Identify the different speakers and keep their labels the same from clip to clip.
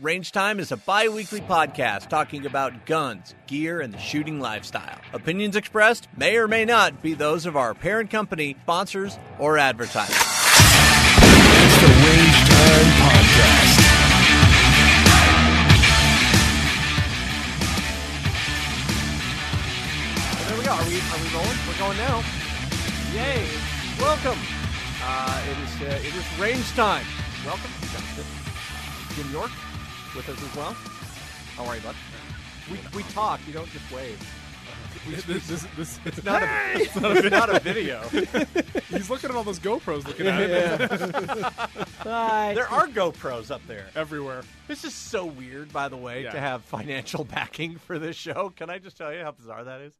Speaker 1: Range Time is a bi weekly podcast talking about guns, gear, and the shooting lifestyle. Opinions expressed may or may not be those of our parent company, sponsors, or advertisers.
Speaker 2: It's the Range Time Podcast.
Speaker 1: There we go. Are we, are we rolling? We're going now. Yay. Welcome. Uh, it, is, uh, it is Range Time. Welcome. Jonathan. Uh, Jim York with us as well. How are you, bud? We, we talk, you don't just wave. We-
Speaker 3: This, this, this,
Speaker 1: It's not, a, it's not a, video.
Speaker 3: he's looking at all those GoPros looking at it
Speaker 1: there are GoPros up there.
Speaker 3: everywhere.
Speaker 1: This is so weird, by the way, to
Speaker 3: Yeah.
Speaker 1: have financial backing for this show. Can I just tell you how bizarre that is?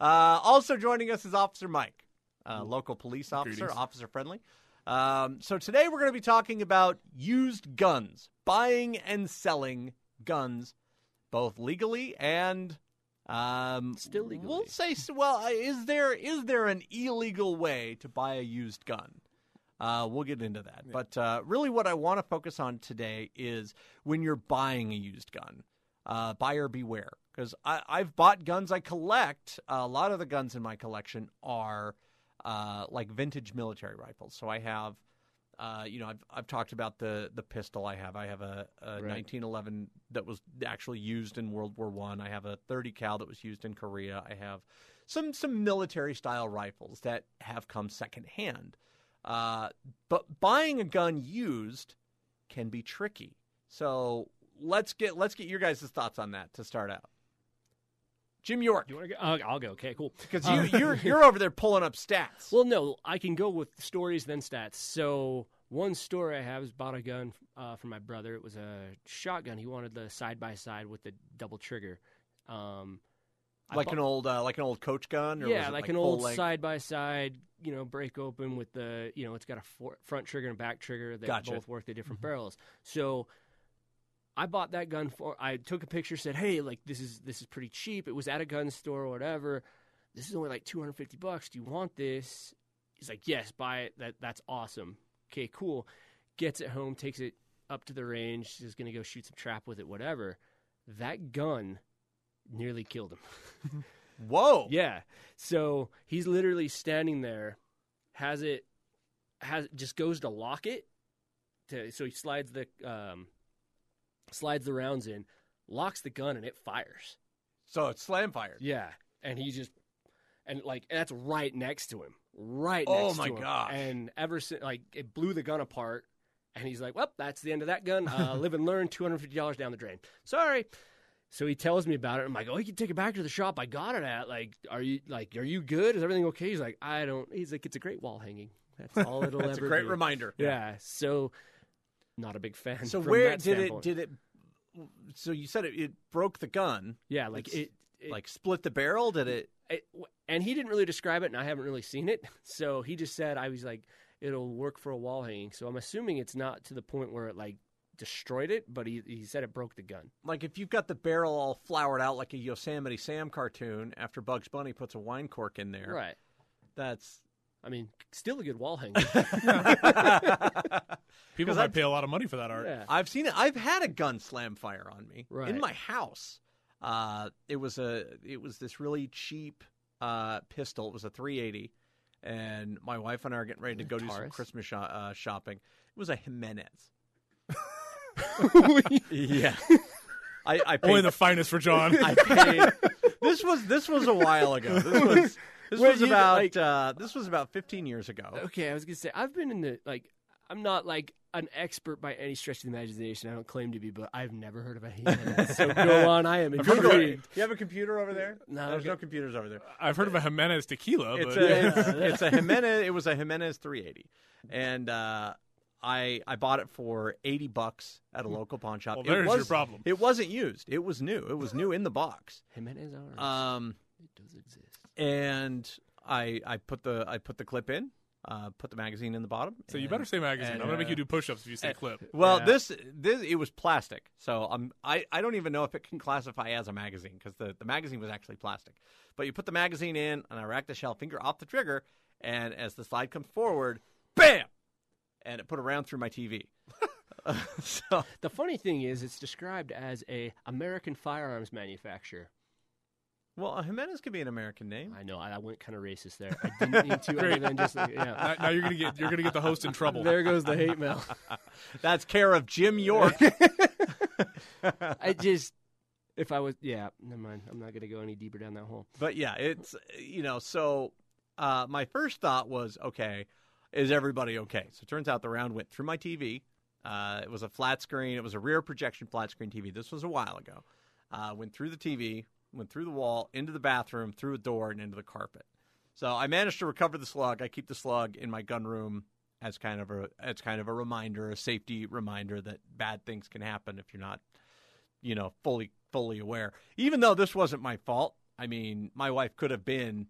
Speaker 1: Uh, also joining us is Officer Mike, uh, local police officer,
Speaker 3: Greetings.
Speaker 1: officer friendly. Um, so today we're going to be talking about used guns, buying and selling guns, both legally and um,
Speaker 4: Still
Speaker 1: We'll
Speaker 4: legally.
Speaker 1: say, s- well, uh, is there is there an illegal way to buy a used gun? Uh, we'll get into that. But uh, really, what I want to focus on today is when you're buying a used gun, uh, buyer beware. Because I've bought guns I collect. a lot of the guns in my collection are uh, like vintage military rifles. So I have, uh, you know, I've, I've talked about the the pistol I have. I have a, a 1911 that was actually used in World War One. I. have a 30 cal that was used in Korea. I have some some military style rifles that have come secondhand. Uh, but buying a gun used can be tricky. So let's get let's get your guys' thoughts on that to start out. Jim York,
Speaker 4: You want to go? Uh, I'll go. Okay, cool.
Speaker 1: because
Speaker 4: Um,
Speaker 1: you, you're you're over there pulling up stats.
Speaker 4: well, no, I can go with stories then stats. So one story I have is bought a gun uh, from my brother. It was a shotgun. He wanted the side by side with the double trigger. Um, I
Speaker 1: like
Speaker 4: bought-
Speaker 1: an old uh, like an old coach gun, or was
Speaker 4: yeah,
Speaker 1: it
Speaker 4: like,
Speaker 1: like
Speaker 4: an old
Speaker 1: full-length?
Speaker 4: side by side. You know, break open with the you know it's got a for- front trigger and a back trigger that
Speaker 1: Gotcha. Mm-hmm.
Speaker 4: both work the different barrels. So I bought that gun for. I took a picture, said, "Hey, like this is this is pretty cheap. It was at a gun store or whatever. This is only like two hundred fifty bucks. Do you want this?" He's like, "Yes, buy it. That that's awesome. Okay, cool." Gets it home, takes it up to the range. He's gonna go shoot some trap with it, whatever. That gun nearly killed him.
Speaker 1: Whoa,
Speaker 4: Yeah. So he's literally standing there, has it, has just goes to lock it. To, so he slides the um, slides the rounds in, locks the gun, and it fires.
Speaker 1: so it's slam fired.
Speaker 4: Yeah, and he just and like that's right next to him, right.
Speaker 1: Oh
Speaker 4: next
Speaker 1: my
Speaker 4: to him.
Speaker 1: gosh.
Speaker 4: And ever since, like, it blew the gun apart, and he's like, "Well, that's the end of that gun. Uh, live and learn. Two hundred fifty dollars down the drain. Sorry." So he tells me about it. I'm like, "Oh, you can take it back to the shop. I got it at. Like, are you like, are you good? Is everything okay?" He's like, "I don't." He's like, "It's a great wall hanging. That's all it'll
Speaker 1: That's a
Speaker 4: ever
Speaker 1: great
Speaker 4: be."
Speaker 1: reminder.
Speaker 4: Yeah. So, not a big fan.
Speaker 1: So
Speaker 4: from
Speaker 1: where
Speaker 4: that
Speaker 1: did it
Speaker 4: standpoint.
Speaker 1: did it? So you said it, it broke the gun,
Speaker 4: Yeah, like
Speaker 1: it's
Speaker 4: it, it
Speaker 1: like split the barrel. Did it?
Speaker 4: it, and he didn't really describe it, and I haven't really seen it. So he just said, I was like, it'll work for a wall hanging. So I'm assuming it's not to the point where it like destroyed it, but he, he said it broke the gun.
Speaker 1: Like if you've got the barrel all flowered out like a Yosemite Sam cartoon after Bugs Bunny puts a wine cork in there.
Speaker 4: Right.
Speaker 1: That's
Speaker 4: I mean, still a good wall hanging.
Speaker 3: People
Speaker 1: 'Cause
Speaker 3: might
Speaker 1: I'm-
Speaker 3: pay a lot of money for that art.
Speaker 4: yeah.
Speaker 1: I've seen it. I've had a gun slam fire on me
Speaker 4: Right.
Speaker 1: in my house. Uh, it was a it was this really cheap uh, pistol. It was a 380, and my wife and I are getting ready to go do some
Speaker 4: Taurus?
Speaker 1: Christmas sho- uh, shopping. It was a Jimenez.
Speaker 4: yeah.
Speaker 1: I, I paid
Speaker 4: Oh,
Speaker 3: Only the finest for John.
Speaker 1: I paid. this was this was a while ago. This was This
Speaker 4: Where
Speaker 1: was
Speaker 4: you-
Speaker 1: about
Speaker 4: like-
Speaker 1: uh, this was about 15 years ago.
Speaker 4: Okay, I was gonna say I've been in the like I'm not like an expert by any stretch of the imagination. I don't claim to be, but I've never heard of any of that. So go on, I am
Speaker 3: heard of
Speaker 4: intrigued.
Speaker 1: You have a computer over there?
Speaker 4: No,
Speaker 1: there's
Speaker 4: okay.
Speaker 1: no computers over there.
Speaker 3: I've heard of a Jimenez tequila,
Speaker 1: It's
Speaker 3: but
Speaker 1: a it's a Jimenez. It was a Jimenez 380, and uh, I I bought it for 80 bucks at a local pawn shop.
Speaker 3: Hmm. Well,
Speaker 1: It
Speaker 3: there's your
Speaker 1: was-
Speaker 3: problem.
Speaker 1: It wasn't used. It was new. It was new in the box.
Speaker 4: Jimenez ours.
Speaker 1: Um,
Speaker 4: it does exist.
Speaker 1: and I I put the I put the clip in, uh, put the magazine in the bottom.
Speaker 3: so you
Speaker 1: and-
Speaker 3: better say magazine. I'm gonna make you do push-ups if you
Speaker 1: Eh.
Speaker 3: say clip.
Speaker 1: Well, this this it was plastic, so um, I I don't even know if it can classify as a magazine because the the magazine was actually plastic. But you put the magazine in, and I racked the shell finger off the trigger, and as the slide comes forward, bam, and it put a round through my TV. so
Speaker 4: The funny thing is, it's described as a American firearms manufacturer.
Speaker 1: well, uh, Jimenez could be an American name.
Speaker 4: I know I, I went kind of racist there. I didn't mean to, other than just like, yeah.
Speaker 3: Now, now you're gonna get you're gonna get the host in trouble.
Speaker 4: There goes the hate mail.
Speaker 1: That's care of Jim York.
Speaker 4: I just, if I was, yeah, never mind. I'm not gonna go any deeper down that hole.
Speaker 1: but yeah, it's you know, so uh, my first thought was, okay, is everybody okay? So it turns out the round went through my TV. Uh, it was a flat screen. It was a rear projection flat screen TV. This was a while ago. Uh, went through the TV, went through the wall, into the bathroom, through a door, and into the carpet. So I managed to recover the slug. I keep the slug in my gun room as kind of a as kind of a reminder, a safety reminder that bad things can happen if you're not you know, fully fully aware. Even though this wasn't my fault. I mean, my wife could have been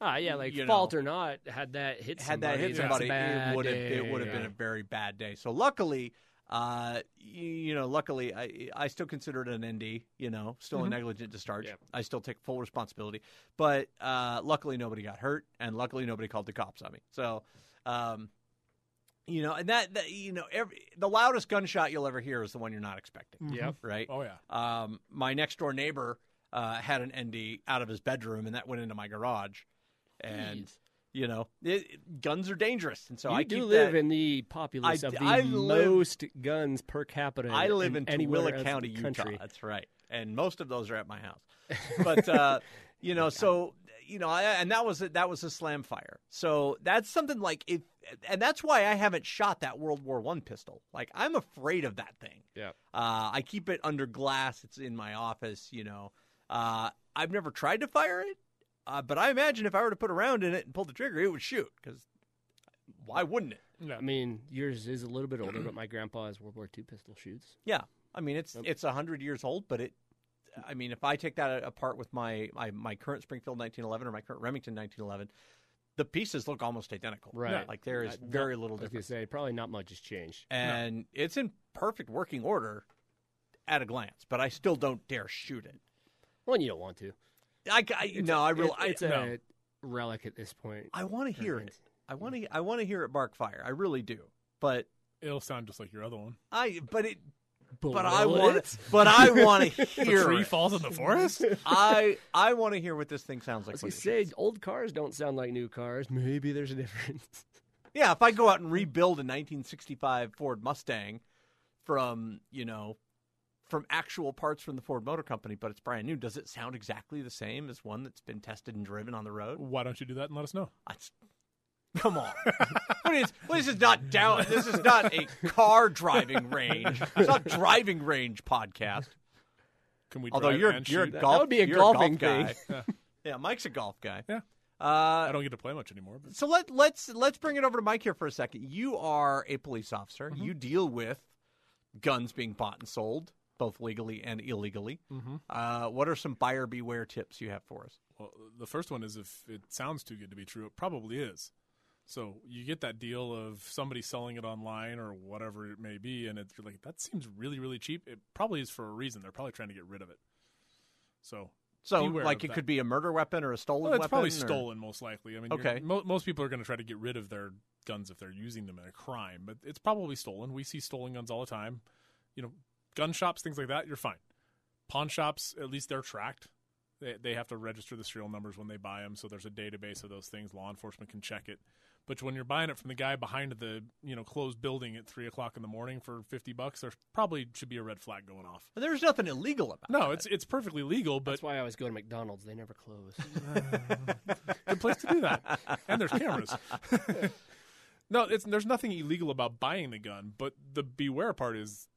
Speaker 4: Ah, yeah, like
Speaker 1: You know.
Speaker 4: fault or not, had that hit
Speaker 1: had that
Speaker 4: somebody,
Speaker 1: hit
Speaker 4: that's a
Speaker 1: somebody,
Speaker 4: bad
Speaker 1: it would have
Speaker 4: day.
Speaker 1: it would have been a very bad day. So luckily, uh, you, you know, luckily I I still consider it an ND. You know, still
Speaker 4: Mm-hmm.
Speaker 1: a negligent discharge.
Speaker 4: Yep.
Speaker 1: I still take full responsibility. But uh, luckily nobody got hurt, and luckily nobody called the cops on me. So. Um, you know, and that, that you know, every the loudest gunshot you'll ever hear is the one you're not expecting.
Speaker 4: Yep.
Speaker 1: Right?
Speaker 3: Oh yeah.
Speaker 1: Um, my next door neighbor uh, had an ND out of his bedroom, and that went into my garage. And
Speaker 4: Jeez.
Speaker 1: you know, it, it- guns are dangerous, and so
Speaker 4: you
Speaker 1: I
Speaker 4: do
Speaker 1: keep
Speaker 4: live
Speaker 1: that-
Speaker 4: in the populace
Speaker 1: I-
Speaker 4: of the
Speaker 1: I live-
Speaker 4: most guns per capita.
Speaker 1: I live in
Speaker 4: in anywhere
Speaker 1: Tooele
Speaker 4: else
Speaker 1: County,
Speaker 4: in the
Speaker 1: Utah.
Speaker 4: country.
Speaker 1: That's right, and most of those are at my house. But uh, you know, so you know, I, and that was a, that was a slam fire. So that's something like if, and that's why I haven't shot that World War One pistol. Like I'm afraid of that thing.
Speaker 4: Yep.
Speaker 1: Uh, I keep it under glass. It's in my office. You know, uh, I've never tried to fire it, uh, but I imagine if I were to put a round in it and pull the trigger, it would shoot. Because why wouldn't it?
Speaker 4: I mean, yours is a little bit older, but my grandpa has World War II pistol shoots.
Speaker 1: Yeah, I mean it's it's a hundred years old, but it. I mean, if I take that apart with my my, my current Springfield 1911 or my current Remington 1911, the pieces look almost identical.
Speaker 4: Right.
Speaker 1: like there is
Speaker 4: I- not-
Speaker 1: very little
Speaker 4: I was gonna
Speaker 1: difference,
Speaker 4: say probably not much has changed.
Speaker 1: and it's in perfect working order at a glance. But I still don't dare shoot it.
Speaker 4: One, you don't want to.
Speaker 1: I, I- no, I real
Speaker 4: It- it's
Speaker 1: I,
Speaker 4: a
Speaker 3: no.
Speaker 4: relic at this point.
Speaker 1: I want to hear it.
Speaker 4: Perfect.
Speaker 1: I want to I want to hear it bark fire. I really do. But
Speaker 3: It'll sound just like your other one.
Speaker 1: I but it but I
Speaker 4: Bullet.
Speaker 1: want but I want to
Speaker 3: The
Speaker 1: hear
Speaker 3: tree
Speaker 1: it.
Speaker 3: falls in the forest.
Speaker 1: I I want to hear what this thing sounds
Speaker 4: I
Speaker 1: like.
Speaker 4: was
Speaker 1: when
Speaker 4: gonna
Speaker 1: it
Speaker 4: say old cars don't sound like new cars. Maybe there's a difference.
Speaker 1: Yeah, if I go out and rebuild a 1965 Ford Mustang from, you know, from actual parts from the Ford Motor Company, but it's brand new, does it sound exactly the same as one that's been tested and driven on the road?
Speaker 3: Why don't you do that and let us know?
Speaker 1: That's- come on. what is, well, this is not down. This is not a car driving range. It's not driving range podcast.
Speaker 3: Can we?
Speaker 1: Although
Speaker 3: drive
Speaker 1: you're
Speaker 3: and
Speaker 1: you're a
Speaker 3: shoot?
Speaker 1: golf,
Speaker 4: would be a
Speaker 1: you're
Speaker 4: golfing
Speaker 1: golf
Speaker 4: thing.
Speaker 1: guy. yeah, Mike's a golf guy.
Speaker 3: Yeah.
Speaker 1: Uh,
Speaker 3: I don't get to play much anymore. But
Speaker 1: so let let's let's bring it over to Mike here for a second. You are a police officer.
Speaker 3: Mm-hmm.
Speaker 1: You deal with guns being bought and sold, both legally and illegally. Uh, what are some buyer beware tips you have for us?
Speaker 3: well, the first one is if it sounds too good to be true, it probably is. So you get that deal of somebody selling it online or whatever it may be, and it, you're like, that seems really, really cheap. It probably is for a reason. They're probably trying to get rid of it. So
Speaker 1: So,
Speaker 3: Beware
Speaker 1: like,
Speaker 3: of
Speaker 1: it
Speaker 3: that.
Speaker 1: could be a murder weapon or a stolen
Speaker 3: well, it's
Speaker 1: weapon.
Speaker 3: probably
Speaker 1: or-
Speaker 3: stolen, most likely. I mean, you're-
Speaker 1: Okay.
Speaker 3: mo- most people are going to try to get rid of their guns if they're using them in a crime, but it's probably stolen. We see stolen guns all the time. You know, gun shops, things like that. You're fine. Pawn shops, at least they're tracked. They, they have to register the serial numbers when they buy them, so there's a database of those things. Law enforcement can check it. But when you're buying it from the guy behind the you know closed building at three o'clock in the morning for fifty bucks, there probably should be a red flag going off.
Speaker 1: But there's nothing illegal about
Speaker 3: No, it's it's perfectly legal, but
Speaker 4: That's why I always go to McDonald's. They never close.
Speaker 3: good place to do that. And there's cameras. no, it's there's nothing illegal about buying the gun, but the beware part is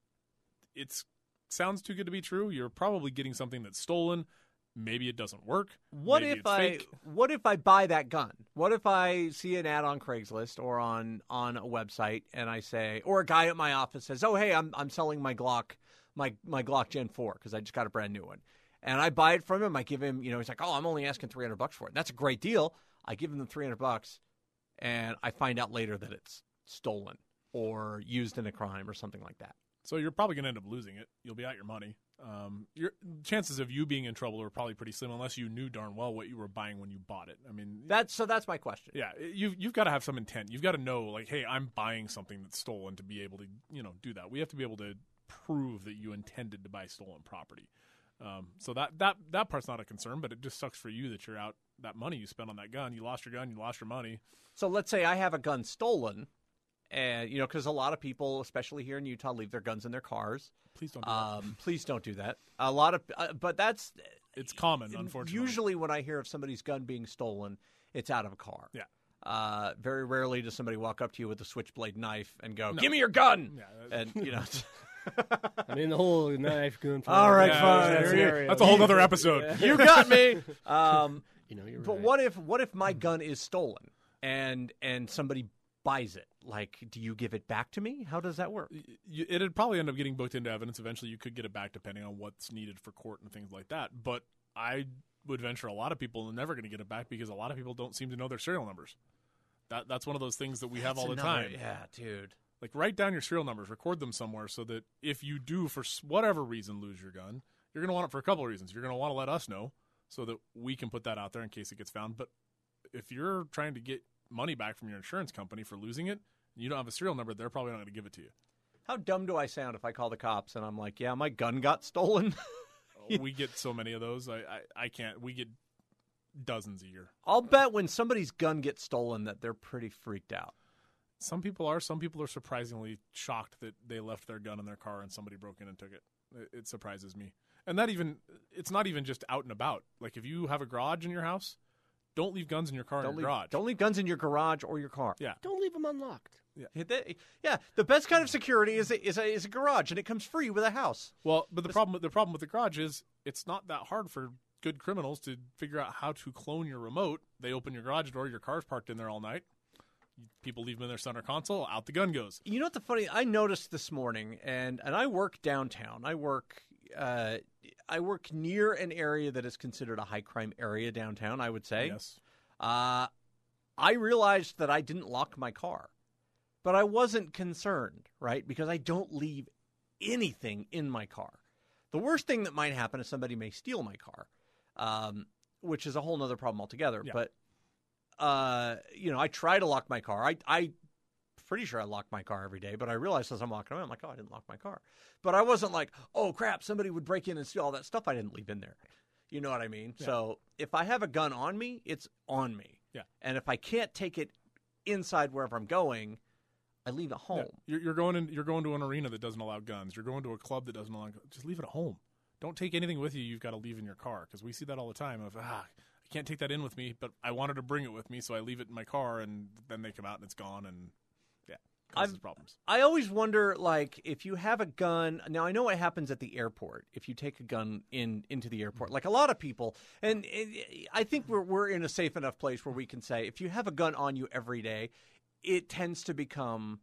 Speaker 3: it's sounds too good to be true. You're probably getting something that's stolen. Maybe it doesn't work.
Speaker 1: What
Speaker 3: Maybe
Speaker 1: if
Speaker 3: it's
Speaker 1: I
Speaker 3: fake.
Speaker 1: what if I buy that gun? What if I see an ad on Craigslist or on on a website and I say or a guy at my office says, "Oh, hey, I'm I'm selling my Glock my my Glock Gen 4 cuz I just got a brand new one." And I buy it from him, I give him, you know, he's like, "Oh, I'm only asking 300 bucks for it." That's a great deal. I give him the 300 bucks and I find out later that it's stolen or used in a crime or something like that.
Speaker 3: So you're probably going to end up losing it. You'll be out your money. Um, your chances of you being in trouble are probably pretty slim, unless you knew darn well what you were buying when you bought it. I mean,
Speaker 1: That's so that's my question.
Speaker 3: yeah, you've you've got to have some intent. You've got to know, like, hey, I'm buying something that's stolen to be able to, you know, do that. We have to be able to prove that you intended to buy stolen property. Um, so that that that part's not a concern, but it just sucks for you that you're out that money you spent on that gun. You lost your gun. You lost your money.
Speaker 1: So let's say I have a gun stolen, and you know, because a lot of people, especially here in Utah, leave their guns in their cars.
Speaker 3: Please don't. Do that.
Speaker 1: Um, please don't do that. A lot of, uh, but that's
Speaker 3: It's common, unfortunately.
Speaker 1: Usually, when I hear of somebody's gun being stolen, it's out of a car.
Speaker 3: Yeah.
Speaker 1: Uh, very rarely does somebody walk up to you with a switchblade knife and go, "Give me your gun,"
Speaker 3: uh,
Speaker 1: and you know.
Speaker 4: I mean, the whole knife gun.
Speaker 1: All right,
Speaker 3: Yeah,
Speaker 1: fine.
Speaker 3: that's,
Speaker 4: Scenario.
Speaker 3: that's a whole other episode.
Speaker 1: you got me. Um,
Speaker 4: You know, you're
Speaker 1: but
Speaker 4: right.
Speaker 1: what if what if my gun is stolen and and somebody buys it? Like, do you give it back to me? How does that work?
Speaker 3: you, it'd probably end up getting booked into evidence. Eventually, you could get it back depending on what's needed for court and things like that. But I would venture a lot of people are never going to get it back because a lot of people don't seem to know their serial numbers. That that's one of those things that we have all the
Speaker 1: Another-
Speaker 3: time.
Speaker 1: Yeah, dude.
Speaker 3: Like write down your serial numbers, record them somewhere, so that if you do for s- whatever reason lose your gun, you're going to want it for a couple of reasons. You're going to want to let us know so that we can put that out there in case it gets found. But if you're trying to get money back from your insurance company for losing it, and you don't have a serial number, they're probably not going to give it to you.
Speaker 1: How dumb do I sound if I call the cops and I'm like, yeah, my gun got stolen?
Speaker 3: Oh, we get so many of those. I, I, I can't. We get dozens a year.
Speaker 1: I'll bet when somebody's gun gets stolen that they're pretty freaked out.
Speaker 3: Some people are. Some people are surprisingly shocked that they left their gun in their car and somebody broke in and took it. It, it surprises me. And that even it's not even just out and about. Like if you have a garage in your house, don't leave guns in your car
Speaker 1: Don't
Speaker 3: in
Speaker 1: leave,
Speaker 3: your garage.
Speaker 1: don't leave guns in your garage or your car.
Speaker 3: Yeah.
Speaker 4: Don't leave them unlocked.
Speaker 1: Yeah, that- yeah, the best kind of security is a, is, a, is a garage, and it comes free with a house.
Speaker 3: Well, but the problem the problem with the garage is it's not that hard for good criminals to figure out how to clone your remote. They open your garage door, your car's parked in there all night. People leave them in their center console, out the gun goes.
Speaker 1: You know what the funny? I noticed this morning, and and I work downtown. I work. Uh, I work near an area that is considered a high crime area downtown. I would say
Speaker 3: Yes.
Speaker 1: Uh, I realized that I didn't lock my car, but I wasn't concerned, right? Because I don't leave anything in my car. The worst thing that might happen is somebody may steal my car, um, which is a whole nother problem altogether.
Speaker 3: Yeah.
Speaker 1: But, uh, you know, I try to lock my car. I, I, Pretty sure I lock my car every day, but I realized as I'm walking around, I'm like, oh, I didn't lock my car. But I wasn't like, oh crap, somebody would break in and steal all that stuff I didn't leave in there. You know what I mean? So if I have a gun on me, it's on me.
Speaker 3: Yeah.
Speaker 1: And if I can't take it inside wherever I'm going, I leave it home.
Speaker 3: Yeah. You're, you're going in, you're going to an arena that doesn't allow guns. You're going to a club that doesn't allow. gu- Just leave it at home. Don't take anything with you. You've got to leave in your car because we see that all the time. Of ah, I can't take that in with me, but I wanted to bring it with me, so I leave it in my car, and then they come out and it's gone, and yeah, causes
Speaker 1: I've-
Speaker 3: problems.
Speaker 1: I always wonder, like, if you have a gun. Now I know what happens at the airport if you take a gun in into the airport. Like a lot of people, and eh, I think we're we're in a safe enough place where we can say if you have a gun on you every day, it tends to become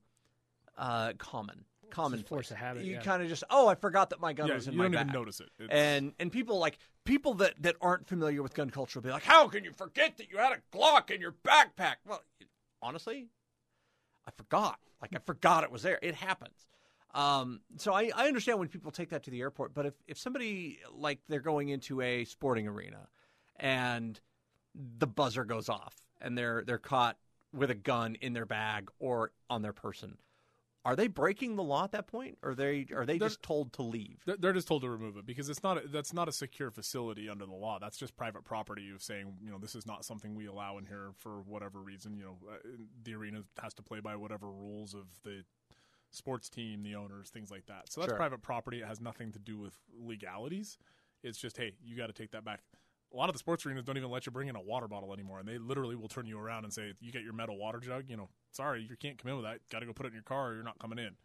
Speaker 1: uh, common. Common
Speaker 4: force of habit,
Speaker 1: You
Speaker 4: yeah.
Speaker 1: kind of just oh, I forgot that my gun
Speaker 3: Yeah,
Speaker 1: was in
Speaker 3: you
Speaker 1: my
Speaker 3: don't even
Speaker 1: bag.
Speaker 3: notice it. It's-
Speaker 1: And and people like people that that aren't familiar with gun culture will be like, how can you forget that you had a Glock in your backpack? Well, honestly, I forgot. Like I forgot it was there. It happens. Um, so I, I understand when people take that to the airport, but if, if somebody like they're going into a sporting arena and the buzzer goes off and they're they're caught with a gun in their bag or on their person, Are they breaking the law at that point? Or are they are they
Speaker 3: They're-
Speaker 1: just told to leave?
Speaker 3: They're- They're just told to remove it because it's not a, that's not a secure facility under the law. That's just private property of saying you know this is not something we allow in here for whatever reason. You know uh, the arena has to play by whatever rules of the sports team, the owners, things like that. So that's
Speaker 1: Sure.
Speaker 3: private property. It has nothing to do with legalities. It's just hey, you got to take that back. A lot of the sports arenas don't even let you bring in a water bottle anymore, and they literally will turn you around and say, "You got your metal water jug? You know, sorry, you can't come in with that. Got to go put it in your car, or you're not coming in."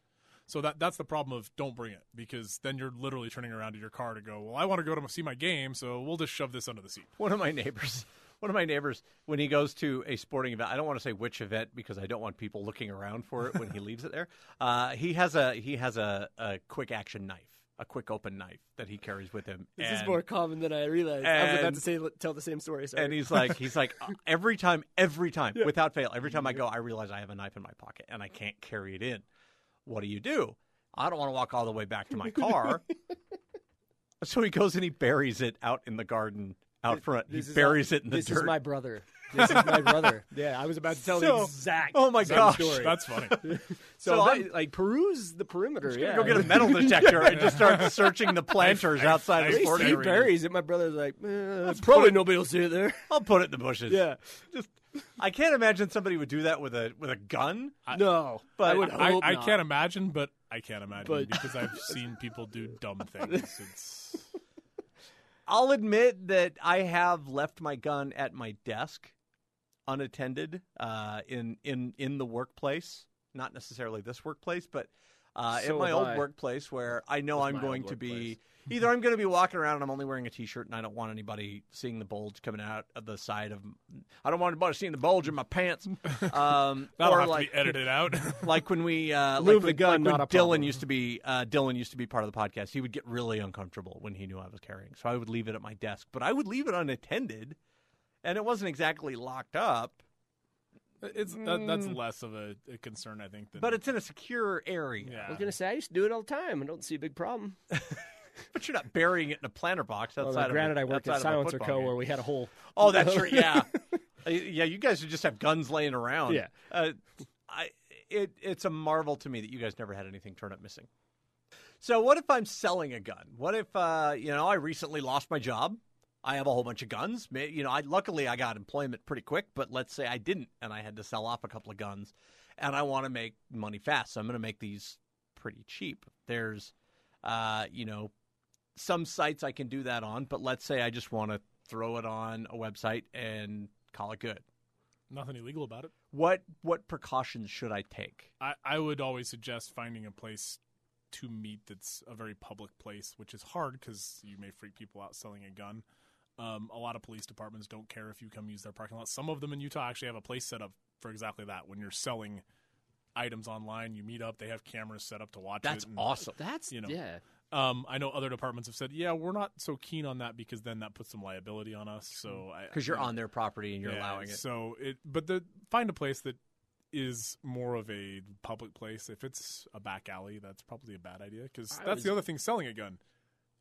Speaker 3: So that that's the problem of don't bring it because then you're literally turning around to your car to go. Well, I want to go to see my game, so we'll just shove this under the seat.
Speaker 1: One of my neighbors, one of my neighbors, when he goes to a sporting event, I don't want to say which event because I don't want people looking around for it when he leaves it there. Uh, he has a he has a, a quick action knife, a quick open knife that he carries with him.
Speaker 4: This is
Speaker 1: and-
Speaker 4: more common than I realized. I was about
Speaker 1: and-
Speaker 4: to say tell the same story. Sorry.
Speaker 1: And he's like, he's like, uh, every time, every time, without fail, every time I go, I realize I have a knife in my pocket and I can't carry it in. What do you do? I don't want to walk all the way back to my car. so he goes and he buries it out in the garden out front. He
Speaker 4: This is
Speaker 1: buries
Speaker 4: all-
Speaker 1: it in the
Speaker 4: this
Speaker 1: dirt.
Speaker 4: is my brother. This is my brother. Yeah, I was about to tell the
Speaker 1: So-
Speaker 4: exact.
Speaker 1: oh my
Speaker 4: same
Speaker 1: gosh,
Speaker 4: Story.
Speaker 3: That's funny.
Speaker 4: so,
Speaker 1: so
Speaker 4: I,
Speaker 1: I-
Speaker 4: like peruse the perimeter. Yeah,
Speaker 1: Go get a metal detector and just start searching the planters outside
Speaker 4: At
Speaker 1: of the
Speaker 4: least
Speaker 1: sporting
Speaker 4: he
Speaker 1: arena.
Speaker 4: buries it. My brother's like, eh, probably nobody will see it there.
Speaker 1: I'll put it in the bushes.
Speaker 4: Yeah,
Speaker 1: Just, I can't imagine somebody would do that with a with a gun.
Speaker 4: no,
Speaker 1: But
Speaker 4: I would
Speaker 3: I,
Speaker 4: hope
Speaker 3: I
Speaker 4: not.
Speaker 3: can't imagine, but I can't imagine
Speaker 4: But-
Speaker 3: because I've seen people do dumb things. It's,
Speaker 1: I'll admit that I have left my gun at my desk, unattended, uh, in in in the workplace. Not necessarily this workplace, but uh,
Speaker 4: So
Speaker 1: at my
Speaker 4: have
Speaker 1: old
Speaker 4: I.
Speaker 1: workplace where I know
Speaker 4: That's
Speaker 1: I'm
Speaker 4: my
Speaker 1: going
Speaker 4: old
Speaker 1: to be either I'm going to be walking around and I'm only wearing a t-shirt and I don't want anybody seeing the bulge coming out of the side of. I don't want anybody seeing the bulge in my pants. Um,
Speaker 3: that'll
Speaker 1: or
Speaker 3: have
Speaker 1: like
Speaker 3: to be edited out.
Speaker 1: like when we uh,
Speaker 4: Move
Speaker 1: like
Speaker 4: the
Speaker 1: when-
Speaker 4: gun,
Speaker 1: like when
Speaker 4: not a problem.
Speaker 1: Dylan used to be uh, Dylan used to be part of the podcast. He would get really uncomfortable when he knew I was carrying, so I would leave it at my desk, but I would leave it unattended, and it wasn't exactly locked up,
Speaker 3: it's that, that's less of a, a concern, I think. Than,
Speaker 1: but it's in a secure area.
Speaker 3: yeah.
Speaker 4: I was gonna say I used to do it all the time. I don't see a big problem.
Speaker 1: But you're not burying it in a planter box outside.
Speaker 4: Although,
Speaker 1: of a-
Speaker 4: granted, I worked at
Speaker 1: outside of a
Speaker 4: Silencer
Speaker 1: football
Speaker 4: Co.
Speaker 1: game.
Speaker 4: where we had a whole.
Speaker 1: Oh, that's true. Yeah, Uh, yeah. You guys would just have guns laying around.
Speaker 4: Yeah.
Speaker 1: Uh, I it it's a marvel to me that you guys never had anything turn up missing. So what if I'm selling a gun? What if uh, you know I recently lost my job? I have a whole bunch of guns. May- You know, I luckily I got employment pretty quick, but let's say I didn't and I had to sell off a couple of guns, and I want to make money fast, so I'm going to make these pretty cheap. There's, uh, you know, some sites I can do that on, but let's say I just want to throw it on a website and call it good.
Speaker 3: nothing illegal about it.
Speaker 1: What what precautions should I take?
Speaker 3: I, I would always suggest finding a place to meet that's a very public place, which is hard because you may freak people out selling a gun. Um, a lot of police departments don't care if you come use their parking lot. Some of them in Utah actually have a place set up for exactly that. When you're selling items online, you meet up. They have cameras set up to watch
Speaker 1: That's
Speaker 3: it. and-
Speaker 1: awesome.
Speaker 4: That's
Speaker 3: You know.
Speaker 4: yeah.
Speaker 3: Um, I know other departments have said, "Yeah, we're not so keen on that because then that puts some liability on us." So I-
Speaker 1: Because you're on their property and you're
Speaker 3: yeah,
Speaker 1: allowing it.
Speaker 3: So it, but the find a place that is more of a public place. If it's a back alley, that's probably a bad idea because
Speaker 4: I
Speaker 3: that's
Speaker 4: was-
Speaker 3: the other thing. Selling a gun,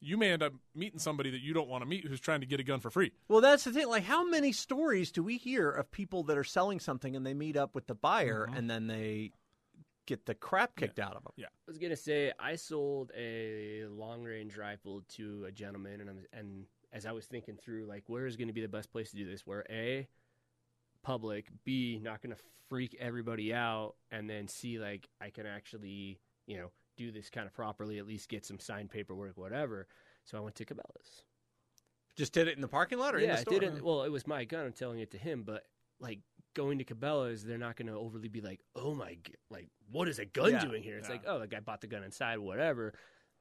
Speaker 3: you may end up meeting somebody that you don't want to meet who's trying to get a gun for free.
Speaker 1: Well, that's the thing. Like, how many stories do we hear of people that are selling something and they meet up with the buyer and then they get the crap kicked out of them?
Speaker 4: I was gonna say I sold a long range rifle to a gentleman, and I'm, and as I was thinking through, like, where is gonna be the best place to do this? Where a public, b not gonna freak everybody out, and then c like I can actually, you know, do this kind of properly, at least get some signed paperwork, whatever. So I went to Cabela's.
Speaker 1: Just did it in the parking lot or in
Speaker 4: yeah,
Speaker 1: the
Speaker 4: I
Speaker 1: store? Mm-hmm.
Speaker 4: did it. Well, it was my gun. I'm telling it to him, but like going to Cabela's, they're not going to overly be like, "Oh my, g- like what is a gun
Speaker 1: Yeah,
Speaker 4: doing here?" It's
Speaker 3: yeah.
Speaker 4: like, "Oh, the guy bought the gun inside, whatever."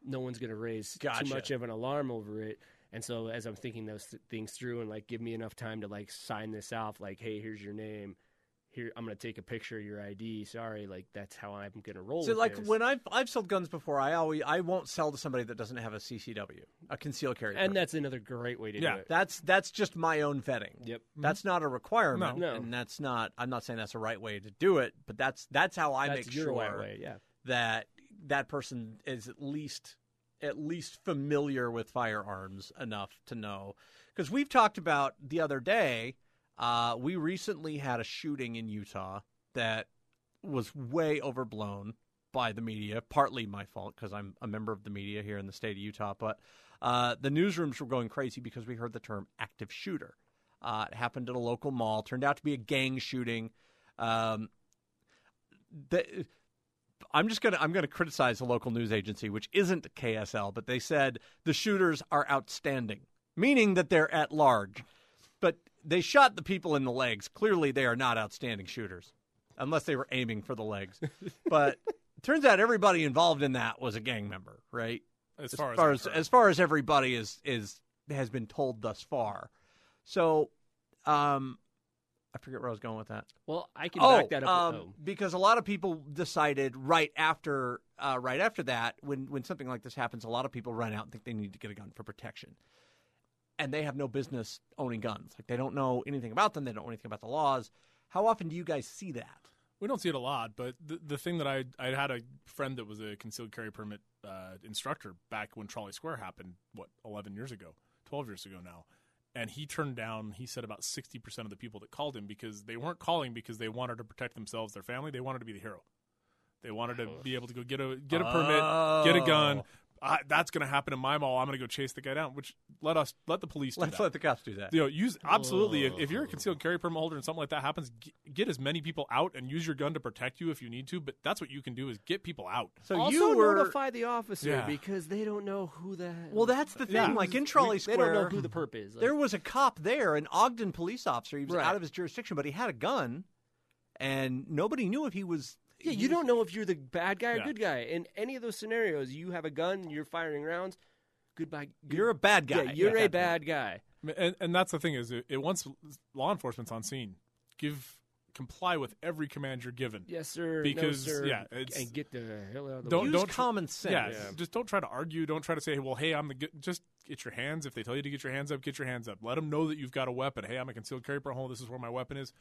Speaker 4: No one's going to raise
Speaker 1: Gotcha.
Speaker 4: too much of an alarm over it. And so, as I'm thinking those th- things through, and like, give me enough time to like sign this off. Like, hey, here's your name. Here, I'm going to take a picture of your ID. Sorry, like that's how I'm going to roll.
Speaker 1: So,
Speaker 4: with
Speaker 1: like
Speaker 4: this.
Speaker 1: when I've I've sold guns before, I always I won't sell to somebody that doesn't have a CCW, a concealed carry.
Speaker 4: and
Speaker 1: permit.
Speaker 4: that's another great way to
Speaker 3: Yeah.
Speaker 4: do it.
Speaker 1: That's that's just my own vetting.
Speaker 4: Yep.
Speaker 1: That's not a requirement,
Speaker 4: No. No.
Speaker 1: and that's not. I'm not saying that's the right way to do it, but that's that's how I
Speaker 4: that's
Speaker 1: make
Speaker 4: your
Speaker 1: sure
Speaker 4: right way. Yeah.
Speaker 1: that that person is at least at least familiar with firearms enough to know. Because we've talked about the other day, uh, we recently had a shooting in Utah that was way overblown. by the media, partly my fault because I'm a member of the media here in the state of Utah, but uh, the newsrooms were going crazy because we heard the term active shooter. Uh, it happened at a local mall, turned out to be a gang shooting. Um, the, I'm just gonna I'm gonna criticize the local news agency, which isn't KSL, but they said the shooters are outstanding, meaning that they're at large. But they shot the people in the legs. Clearly, they are not outstanding shooters, unless they were aiming for the legs. But turns out everybody involved in that was a gang member, right?
Speaker 3: As far as,
Speaker 1: far
Speaker 3: I've
Speaker 1: as,
Speaker 3: heard.
Speaker 1: as far as everybody is is has been told thus far. So, um, I forget where I was going with that
Speaker 4: Well, I can back that up.
Speaker 1: um,
Speaker 4: with, oh.
Speaker 1: because a lot of people decided right after uh, right after that when when something like this happens, a lot of people run out and think they need to get a gun for protection, and they have no business owning guns. Like they don't know anything about them, they don't know anything about the laws. How often do you guys see that?
Speaker 3: We don't see it a lot, but the, the thing that I I had a friend that was a concealed carry permit uh, instructor back when Trolley Square happened, what eleven years ago, twelve years ago now, and he turned down. He said about sixty percent of the people that called him because they weren't calling because they wanted to protect themselves, their family. They wanted to be the hero. They wanted to be able to go get a get a permit, get a gun.
Speaker 1: Oh.
Speaker 3: I, that's going to happen in my mall. I'm going to go chase the guy down. Which let us let the police. Do
Speaker 1: Let's
Speaker 3: that
Speaker 1: let the cops do that.
Speaker 3: you know, use absolutely. If, if you're a concealed carry permit holder and something like that happens, g- get as many people out and use your gun to protect you if you need to. But that's what you can do is get people out.
Speaker 1: So
Speaker 4: also
Speaker 1: you were
Speaker 4: notify the officer
Speaker 3: Yeah.
Speaker 4: because they don't know who the
Speaker 1: well. That's the thing.
Speaker 3: Yeah.
Speaker 1: Like in Trolley
Speaker 4: they
Speaker 1: Square,
Speaker 4: don't know who the perp is. Like,
Speaker 1: there was a cop there, an Ogden police officer. He was
Speaker 4: Right.
Speaker 1: out of his jurisdiction, but he had a gun, and nobody knew if he was.
Speaker 4: yeah, you don't know if you're the bad guy or
Speaker 3: Yeah.
Speaker 4: good guy. In any of those scenarios, you have a gun, you're firing rounds. Goodbye. Good,
Speaker 1: You're a bad guy.
Speaker 4: yeah, you're
Speaker 1: at
Speaker 4: a
Speaker 1: that point.
Speaker 4: bad guy.
Speaker 3: I mean, And, and that's the thing is, it, it once law enforcement's on scene, give comply with every command you're given.
Speaker 4: Yes, sir.
Speaker 3: Because,
Speaker 4: no, sir,
Speaker 3: yeah, it's-
Speaker 4: and get the hell out of the
Speaker 3: Don't-
Speaker 1: Use
Speaker 3: don't tr-
Speaker 1: common sense.
Speaker 3: Yeah,
Speaker 4: Yeah.
Speaker 3: just don't try to argue. Don't try to say, "Well, hey, I'm the." G-. Just get your hands. If they tell you to get your hands up, get your hands up. Let them know that you've got a weapon. Hey, I'm a concealed carry permit holder. This is where my weapon is.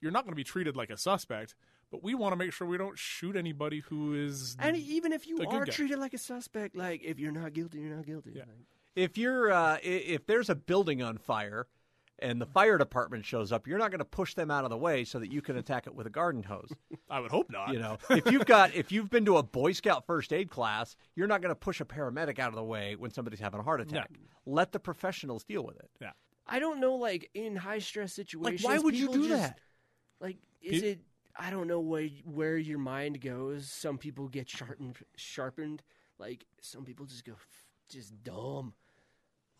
Speaker 3: You're not going to be treated like a suspect, but we want to make sure we don't shoot anybody who is.
Speaker 4: And even if you
Speaker 3: The good
Speaker 4: are
Speaker 3: guy.
Speaker 4: treated like a suspect, like if you're not guilty, you're not guilty.
Speaker 3: Yeah.
Speaker 4: Like,
Speaker 1: if you're uh, i- if there's a building on fire and the fire department shows up, you're not going to push them out of the way so that you can attack it with a garden hose.
Speaker 3: I would hope not.
Speaker 1: You know, if you've got if you've been to a Boy Scout first aid class, you're not going to push a paramedic out of the way when somebody's having a heart attack. Let the professionals deal with it.
Speaker 3: Yeah.
Speaker 4: I don't know, like in high stress situations,
Speaker 1: why would you
Speaker 4: people
Speaker 1: do
Speaker 4: just-
Speaker 1: that?
Speaker 4: Like, is
Speaker 3: Pe-
Speaker 4: it? I don't know where where your mind goes. Some people get sharpened, sharpened. Like some people just go, "F- just dumb.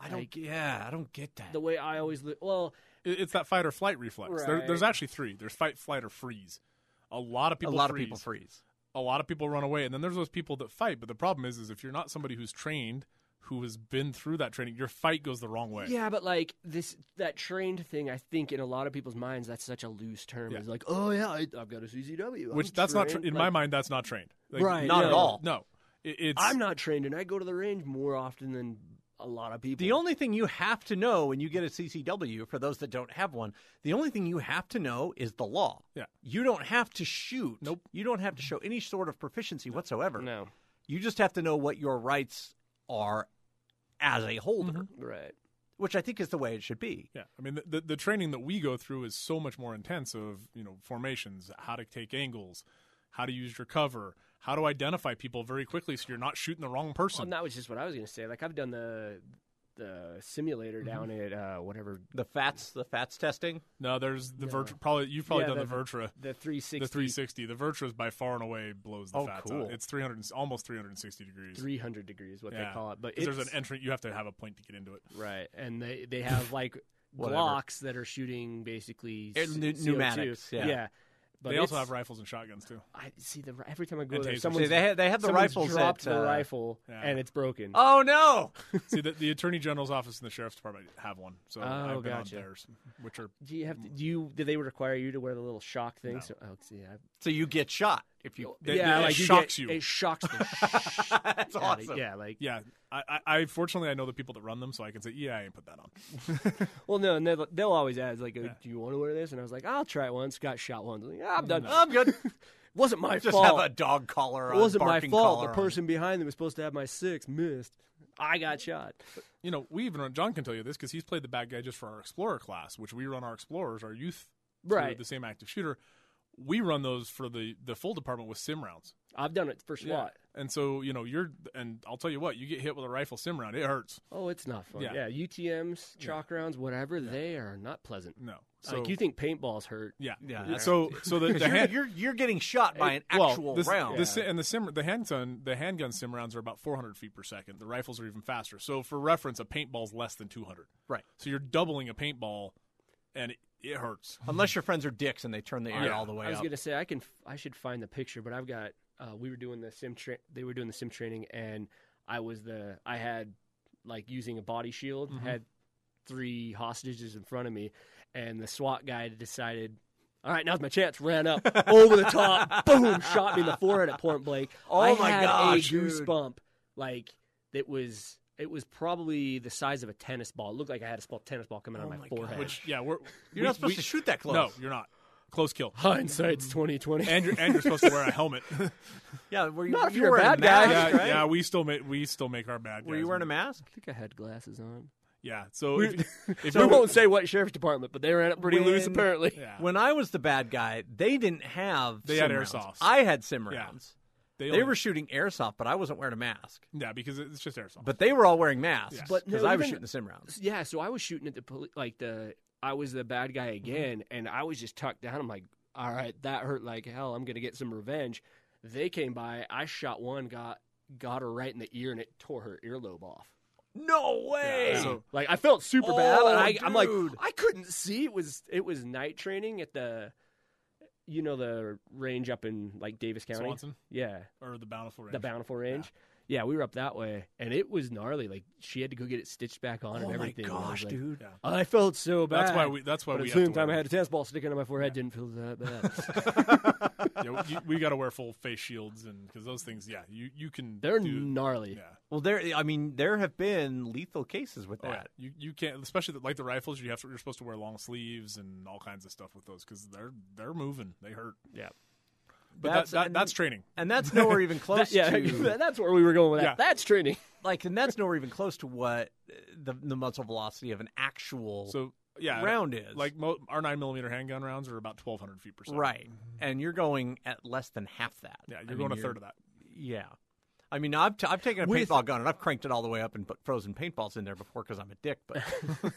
Speaker 1: I don't.
Speaker 4: Like-
Speaker 1: yeah, I don't get that.
Speaker 4: The way I always live. Well,
Speaker 3: It- It's that fight or flight reflex. There,
Speaker 4: Right.
Speaker 3: there's actually three. There's fight, flight, or freeze. A lot of
Speaker 1: a
Speaker 3: people.
Speaker 1: lot
Speaker 3: freeze.
Speaker 1: of people freeze.
Speaker 3: A lot of people run away, and then there's those people that fight. But the problem is, is if you're not somebody who's trained, who has been through that training, your fight goes the wrong way.
Speaker 4: yeah, but like this that trained thing. I think in a lot of people's minds, that's such a loose term.
Speaker 3: Yeah.
Speaker 4: It's like, oh yeah, I, I've got a CZW.
Speaker 3: Which
Speaker 4: I'm
Speaker 3: that's not tra-
Speaker 4: trained."
Speaker 3: in
Speaker 4: Like,
Speaker 3: my mind. That's not trained. Like,
Speaker 4: Right,
Speaker 1: Not at no. all.
Speaker 3: No, It- it's
Speaker 4: I'm not trained, and I go to the range more often than a lot of people.
Speaker 1: The only thing you have to know when you get a CCW, for those that don't have one, the only thing you have to know is the law.
Speaker 3: Yeah.
Speaker 1: You don't have to shoot.
Speaker 3: Nope.
Speaker 1: You don't have to show any sort of proficiency whatsoever.
Speaker 4: no,
Speaker 1: You just have to know what your rights are as a holder,
Speaker 4: right.
Speaker 1: which I think is the way it should be.
Speaker 3: Yeah, I mean the, the the training that we go through is so much more intense of you know formations, how to take angles, how to use your cover, how to identify people very quickly so you're not shooting the wrong person.
Speaker 4: Well, and that was just what I was going to say. Like I've done the the simulator
Speaker 3: Mm-hmm.
Speaker 4: down at uh, whatever
Speaker 1: The fats, the fats testing.
Speaker 3: no, there's the Virtra. Probably you've probably
Speaker 4: Yeah,
Speaker 3: done the,
Speaker 4: the-
Speaker 3: Virtra.
Speaker 4: the 360,
Speaker 3: The 360. The Virtra is by far and away blows the
Speaker 1: Oh,
Speaker 3: fats
Speaker 1: cool.
Speaker 3: out. It's 300, and- almost 360 degrees.
Speaker 4: 300 degrees, what
Speaker 3: Yeah.
Speaker 4: they call it. But
Speaker 3: 'Cause
Speaker 4: it's,
Speaker 3: there's an entrance. You have to have a point to get into it.
Speaker 4: right, and they they have like
Speaker 1: Whatever.
Speaker 4: Glocks that are shooting basically
Speaker 1: Eh,
Speaker 4: c-
Speaker 1: pneu-
Speaker 4: CO2.
Speaker 1: pneumatics, yeah.
Speaker 4: But
Speaker 3: they also
Speaker 4: it's-
Speaker 3: have rifles and shotguns too.
Speaker 4: I see the ri- every time I go
Speaker 3: And
Speaker 4: there,
Speaker 3: tasers.
Speaker 4: someone
Speaker 1: See, they had, they had the rifles
Speaker 4: dropped
Speaker 1: at,
Speaker 4: the
Speaker 1: uh,
Speaker 4: rifle
Speaker 3: yeah.
Speaker 4: and it's broken.
Speaker 1: Oh no!
Speaker 3: See, the, the attorney general's office and the sheriff's department have one, so
Speaker 4: Oh,
Speaker 3: I've been
Speaker 4: gotcha.
Speaker 3: on theirs, which are
Speaker 4: Do you have to, do you do they require you to wear the little shock thing?
Speaker 3: No.
Speaker 4: So oh, see, I,
Speaker 1: So you get shot if you.
Speaker 3: They-
Speaker 4: yeah,
Speaker 3: they- it
Speaker 4: like
Speaker 3: shocks
Speaker 4: you,
Speaker 3: you.
Speaker 4: get- It shocks the sh-
Speaker 1: That's
Speaker 4: outta-
Speaker 1: awesome.
Speaker 4: Yeah, like
Speaker 3: Yeah, I, I, I fortunately I know the people that run them, so I can say, yeah, I ain't put that on.
Speaker 4: Well, no, and they'll, they'll always ask, like, do you want to wear this? And I was like, I'll try it once. Got shot once. Like, "Ah, I'm done.
Speaker 1: I'm good.
Speaker 4: Wasn't my
Speaker 1: Just
Speaker 4: fault.
Speaker 1: have a dog collar on.
Speaker 4: Wasn't my
Speaker 1: barking
Speaker 4: fault.
Speaker 1: collar
Speaker 4: The
Speaker 1: on.
Speaker 4: person behind that was supposed to have my six missed. I got shot.
Speaker 3: You know, we even run. John can tell you this because he's played the bad guy just for our explorer class, which we run our explorers, our youth, through
Speaker 4: Right.
Speaker 3: The same active shooter. We run those for the the full department with sim rounds.
Speaker 4: I've done it for SWAT.
Speaker 3: And so you know you're, and I'll tell you what, you get hit with a rifle sim round, it hurts.
Speaker 4: Oh, it's not fun. Yeah,
Speaker 3: Yeah.
Speaker 4: UTM's, chalk rounds, whatever, they are not pleasant.
Speaker 3: No,
Speaker 4: like
Speaker 3: So-
Speaker 4: you think paintballs hurt?
Speaker 3: Yeah,
Speaker 1: Yeah,
Speaker 3: yeah.
Speaker 1: that
Speaker 3: So so the, the hand,
Speaker 1: you're you're getting shot by an
Speaker 3: well,
Speaker 1: actual
Speaker 3: this-
Speaker 1: round.
Speaker 3: this- and the sim the handgun the handgun sim rounds are about 400 feet per second. The rifles are even faster. So for reference, a paintball's less than 200.
Speaker 1: Right.
Speaker 3: So you're doubling a paintball, and it, it hurts.
Speaker 1: Unless your friends are dicks and they turn the air
Speaker 3: Yeah.
Speaker 1: all the way
Speaker 4: I was
Speaker 1: up.
Speaker 4: gonna say I can f- I should find the picture, but I've got uh, we were doing the sim tra- they were doing the sim training, and I was the I had like using a body shield
Speaker 1: Mm-hmm.
Speaker 4: had three hostages in front of me, and the SWAT guy decided. All right, now's my chance. Ran up over the top, boom, shot me in the forehead at point blank.
Speaker 1: Oh
Speaker 4: I
Speaker 1: my
Speaker 4: had
Speaker 1: gosh,
Speaker 4: a
Speaker 1: dude.
Speaker 4: goosebump like that was it was probably the size of a tennis ball. It looked like I had a small tennis ball coming out
Speaker 1: Oh
Speaker 4: of my forehead.
Speaker 3: Which yeah, we're
Speaker 1: You're not supposed to shoot that close.
Speaker 3: No, you're not. Close kill.
Speaker 4: hindsight's twenty twenty.
Speaker 3: And you're, and you're supposed to wear a helmet.
Speaker 1: Yeah, were you,
Speaker 4: Not if
Speaker 1: you
Speaker 4: you're a
Speaker 1: wearing
Speaker 4: bad guy.
Speaker 1: mask,
Speaker 3: yeah,
Speaker 1: right?
Speaker 3: yeah, we still make we still make our bad guys.
Speaker 1: Were you wearing a mask?
Speaker 4: I think I had glasses on.
Speaker 3: Yeah. So if, if
Speaker 4: we
Speaker 3: you-
Speaker 4: won't say what sheriff's department, but they ran it pretty loose
Speaker 1: When-
Speaker 4: apparently.
Speaker 3: Yeah.
Speaker 1: When I was the bad guy, they didn't have
Speaker 3: They
Speaker 1: sim
Speaker 3: had
Speaker 1: rounds.
Speaker 3: airsofts.
Speaker 1: I had sim
Speaker 3: Yeah.
Speaker 1: rounds.
Speaker 3: they,
Speaker 1: They
Speaker 3: only-
Speaker 1: were shooting airsoft, but I wasn't wearing a mask.
Speaker 3: yeah because it's just airsoft.
Speaker 1: But they were all wearing masks
Speaker 3: Yes.
Speaker 1: because
Speaker 4: But no,
Speaker 1: I was
Speaker 4: even-
Speaker 1: shooting the sim rounds.
Speaker 4: Yeah, so I was shooting at the poli- like the I was the bad guy again, and I was just tucked down. I'm like, all right, that hurt like hell. I'm gonna get some revenge. They came by. I shot one, got got her right in the ear, and it tore her earlobe off.
Speaker 1: No way!
Speaker 3: Yeah, so-
Speaker 4: Like I felt super
Speaker 1: Oh,
Speaker 4: bad, and I, I'm like,
Speaker 1: dude.
Speaker 4: I couldn't see. It was it was night training at the, you know, the range up in like Davis County.
Speaker 3: Swanson
Speaker 4: Yeah,
Speaker 3: or the Bountiful Range.
Speaker 4: the bountiful range. Yeah. we were up that way, and it was gnarly. Like she had to go get it stitched back
Speaker 1: oh
Speaker 4: on and
Speaker 1: my
Speaker 4: everything. and I was
Speaker 1: gosh,
Speaker 4: like,
Speaker 1: dude!
Speaker 3: Yeah.
Speaker 4: I felt so bad.
Speaker 3: That's why we. That's why
Speaker 4: But
Speaker 3: we. have
Speaker 4: at the
Speaker 3: to
Speaker 4: same time,
Speaker 3: wear
Speaker 4: I had a tennis ball sticking in my forehead. Didn't feel that bad.
Speaker 3: yeah, you, we got to wear full face shields and because those things, yeah, you you can.
Speaker 4: They're
Speaker 3: do,
Speaker 4: gnarly.
Speaker 3: Yeah.
Speaker 1: Well, there. I mean, there have been lethal cases with
Speaker 3: Oh, yeah.
Speaker 1: that.
Speaker 3: You you can't, especially the, like the rifles. You have to, you're supposed to wear long sleeves and all kinds of stuff with those because they're they're moving. They hurt.
Speaker 4: Yeah.
Speaker 3: But
Speaker 1: That's-
Speaker 3: that's that,
Speaker 1: and-
Speaker 3: that's training.
Speaker 1: and that's nowhere even close
Speaker 4: That- yeah,
Speaker 1: to
Speaker 4: that's where we were going with that.
Speaker 3: Yeah.
Speaker 4: That's training.
Speaker 1: like, and that's nowhere even close to what uh, the the muzzle velocity of an actual
Speaker 3: So yeah,
Speaker 1: round is.
Speaker 3: like mo- our nine millimeter handgun rounds are about twelve hundred feet per second.
Speaker 1: right, and you're going at less than half that.
Speaker 3: Yeah,
Speaker 1: I
Speaker 3: you're
Speaker 1: mean,
Speaker 3: going a third of that.
Speaker 1: Yeah. I mean, I've, t- I've taken a
Speaker 4: With-
Speaker 1: paintball gun and I've cranked it all the way up and put frozen paintballs in there before because I'm a dick, but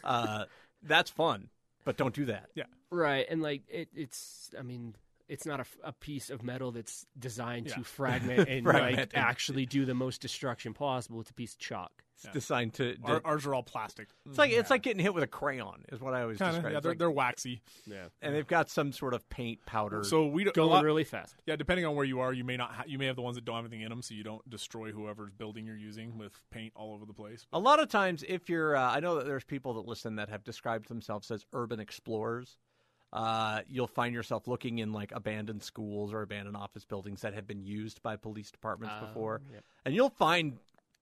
Speaker 1: uh, that's fun. But don't do that.
Speaker 3: Yeah.
Speaker 4: Right, and like it, it's. I mean. It's not a, f- a piece of metal that's designed
Speaker 3: Yeah.
Speaker 4: to fragment and like
Speaker 1: Fragment.
Speaker 4: actually do the most destruction possible. It's a piece of chalk.
Speaker 1: It's designed to. to-
Speaker 3: Our, ours are all plastic.
Speaker 1: it's like it's like getting hit with a crayon, is what I always
Speaker 3: Kinda,
Speaker 1: describe.
Speaker 3: yeah,
Speaker 1: It's
Speaker 3: they're,
Speaker 1: like-
Speaker 3: they're waxy.
Speaker 1: and they've got some sort of paint powder.
Speaker 3: So we don't. a
Speaker 4: Going
Speaker 3: lot-
Speaker 4: really fast.
Speaker 3: Yeah, depending on where you are, you may not. Ha- you may have the ones that don't have anything in them, so you don't destroy whoever's building you're using with paint all over the place.
Speaker 1: a lot of times, if you're, uh, I know that there's people that listen that have described themselves as urban explorers. Uh, you'll find yourself looking in like abandoned schools or abandoned office buildings that have been used by police departments
Speaker 4: Um,
Speaker 1: before.
Speaker 4: yep.
Speaker 1: and you'll find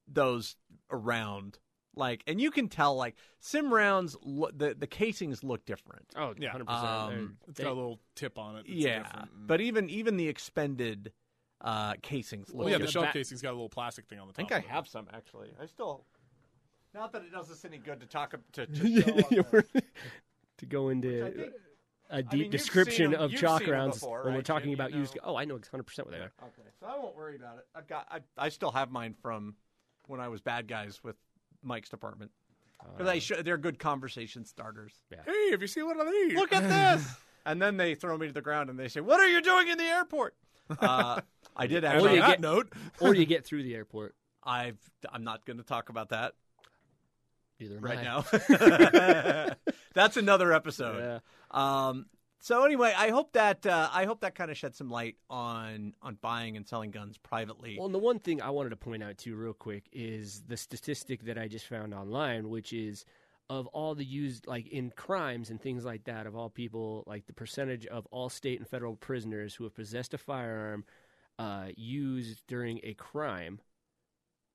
Speaker 1: those around like and you can tell like sim rounds lo- the the casings look different
Speaker 4: Oh,
Speaker 3: Yeah.
Speaker 4: 100%.
Speaker 1: Um,
Speaker 3: It's
Speaker 4: They-
Speaker 3: got a little tip on it. that's
Speaker 1: yeah
Speaker 3: different mm.
Speaker 4: Mm.
Speaker 3: and-
Speaker 1: but even even the expended uh casings look
Speaker 3: well, yeah, the
Speaker 1: different.
Speaker 3: shell
Speaker 4: back-
Speaker 3: casing's got a little plastic thing on the
Speaker 1: i
Speaker 3: top.
Speaker 1: think i
Speaker 3: of
Speaker 4: Oh.
Speaker 3: it.
Speaker 1: have some actually i still not that it does us any good to talk ab- to, to show on the-
Speaker 4: to go into
Speaker 1: um, I think-
Speaker 4: a deep
Speaker 1: mean, you've
Speaker 4: description
Speaker 1: seen 'em-
Speaker 4: of
Speaker 1: you've
Speaker 4: chalk
Speaker 1: seen 'em
Speaker 4: rounds
Speaker 1: before,
Speaker 4: when we're
Speaker 1: right,
Speaker 4: talking
Speaker 1: Jim?
Speaker 4: about
Speaker 1: You
Speaker 4: used.
Speaker 1: know.
Speaker 4: Oh, I know 100 percent what they are.
Speaker 1: okay so i won't worry about it i've got i, I still have mine from when i was bad guys with mike's department
Speaker 4: Uh.
Speaker 1: 'Cause they sh- they're good conversation starters
Speaker 3: Hey, have you seen one of these?
Speaker 1: look at this. And then they throw me to the ground and they say, What are you doing in the airport? Uh, I did
Speaker 3: And on
Speaker 4: Or
Speaker 1: actually.
Speaker 4: you
Speaker 3: that
Speaker 4: get-
Speaker 3: note,
Speaker 4: or you get through the airport.
Speaker 1: I've, I'm not going to talk about that
Speaker 4: Either am
Speaker 1: right
Speaker 4: I.
Speaker 1: now. That's another episode.
Speaker 4: Yeah.
Speaker 1: Um, so anyway, I hope that uh, I hope that kind of shed some light on on buying and selling guns privately.
Speaker 4: Well, and the one thing I wanted to point out too, real quick, is the statistic that I just found online, which is of all the used, like in crimes and things like that, of all people, like the percentage of all state and federal prisoners who have possessed a firearm uh, used during a crime,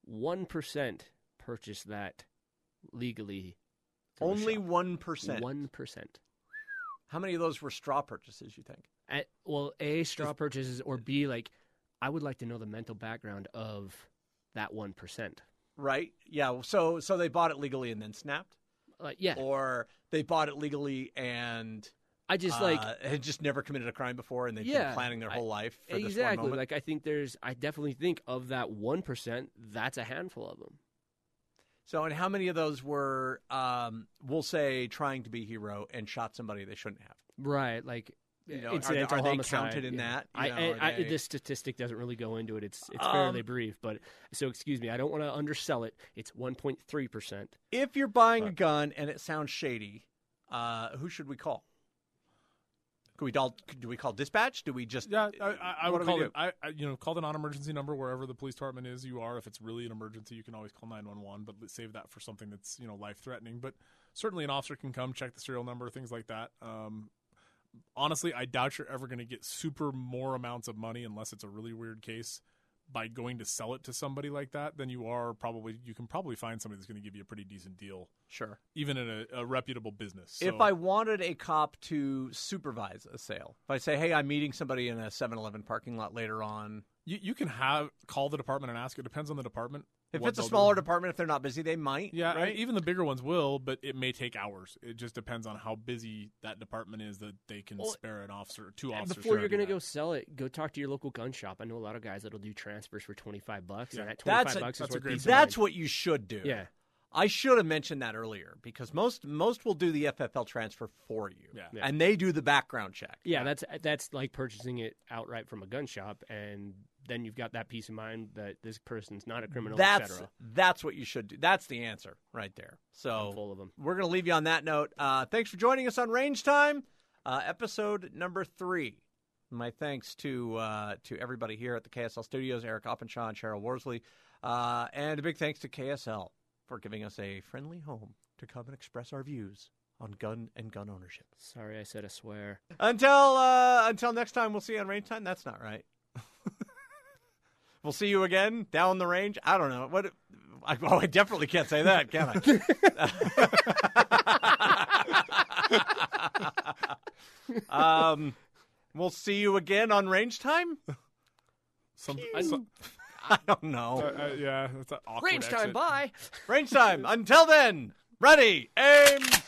Speaker 4: one percent purchased that legally. through a
Speaker 1: Only
Speaker 4: shop.
Speaker 1: one percent.
Speaker 4: One percent.
Speaker 1: How many of those were straw purchases? You think?
Speaker 4: At, well, a straw purchases, or b like I would like to know the mental background of that one percent.
Speaker 1: Right? Yeah. So so
Speaker 4: Uh,
Speaker 1: they bought it legally and then snapped,
Speaker 4: Like, yeah,
Speaker 1: or they bought it legally and
Speaker 4: I just like
Speaker 1: uh, had just never committed a crime before, and they've
Speaker 4: Yeah,
Speaker 1: been planning their
Speaker 4: I-
Speaker 1: whole life for this one
Speaker 4: exactly.
Speaker 1: moment.
Speaker 4: Like I think there's, I definitely think of that one percent. That's a handful of them.
Speaker 1: so, and how many of those were, um, we'll say, trying to be hero and shot somebody they shouldn't have?
Speaker 4: Right. Like
Speaker 1: You know, are they-
Speaker 4: incidental
Speaker 1: are they
Speaker 4: homicide.
Speaker 1: counted in
Speaker 4: yeah.
Speaker 1: that? You
Speaker 4: I,
Speaker 1: know,
Speaker 4: I,
Speaker 1: are
Speaker 4: I
Speaker 1: they-
Speaker 4: this statistic doesn't really go into it. It's it's
Speaker 1: Um,
Speaker 4: fairly brief, but so excuse me. I don't want to undersell it. It's 1.3 percent.
Speaker 1: If you're buying a gun and it sounds shady, uh, who should we call? Could we call, do we call dispatch? Do we just
Speaker 3: Yeah, I, I, I
Speaker 1: what
Speaker 3: would
Speaker 1: do we
Speaker 3: call
Speaker 1: do?
Speaker 3: it. I, I, you know, call the non-emergency number wherever the police department is. You are if it's really an emergency, you can always call nine one one. But let's save that for something that's you know life threatening. But certainly, an officer can come check the serial number, things like that. Um, honestly, I doubt you're ever going to get super more amounts of money unless it's a really weird case by going to sell it to somebody like that. Then you are probably you can probably find somebody that's going to give you a pretty decent deal,
Speaker 1: sure.
Speaker 3: even in a, a reputable business.
Speaker 1: If
Speaker 3: So-
Speaker 1: I wanted a cop to supervise a sale, if I say, "Hey, I'm meeting somebody in a 7-Eleven parking lot later on,"
Speaker 3: you, you can have call the department and ask. It depends on the department.
Speaker 1: if
Speaker 3: what
Speaker 1: it's a
Speaker 3: they'll do.
Speaker 1: smaller department, if they're not busy, they might.
Speaker 3: Yeah, I-
Speaker 1: right.
Speaker 3: even the bigger ones will, but it may take hours. It just depends on how busy that department is that they can
Speaker 4: Well,
Speaker 3: spare an officer, two
Speaker 4: And
Speaker 3: officers.
Speaker 4: before you're
Speaker 3: going to
Speaker 4: go sell it, go talk to your local gun shop. I know a lot of guys that'll do transfers for 25 bucks,
Speaker 3: Yeah.
Speaker 4: and that 25
Speaker 1: That's a-
Speaker 4: bucks
Speaker 3: that's a
Speaker 4: is worth
Speaker 3: great
Speaker 4: peace of
Speaker 1: That's
Speaker 4: mind.
Speaker 1: what you should do.
Speaker 4: Yeah.
Speaker 1: I should have mentioned that earlier because most most will do the FFL transfer for you,
Speaker 3: Yeah.
Speaker 4: Yeah.
Speaker 1: and they do the background check.
Speaker 4: Yeah, that's that's like purchasing it outright from a gun shop, and then you've got that peace of mind that this person's not a criminal,
Speaker 1: that's
Speaker 4: etc.
Speaker 1: that's what you should do. That's the answer right there. So
Speaker 4: Full of them.
Speaker 1: we're going to leave you on that note. Uh, thanks for joining us on Range Time, uh, episode number three. My thanks to uh, to everybody here at the KSL Studios, Eric Oppenshaw and Cheryl Worsley, uh, and a big thanks to KSL for giving us a friendly home to come and express our views on gun and gun ownership.
Speaker 4: Sorry, I said a swear.
Speaker 1: Until uh, until next time, we'll see you on range time. That's not right. we'll see you again down the range. I don't know what. I, oh, I definitely can't say that, can I? um, we'll see you again on range time.
Speaker 3: Some, so-
Speaker 1: I don't know.
Speaker 3: uh, uh, yeah, that's an awkward
Speaker 4: Range time,
Speaker 3: exit.
Speaker 4: bye.
Speaker 1: Range time. Until then, ready, aim.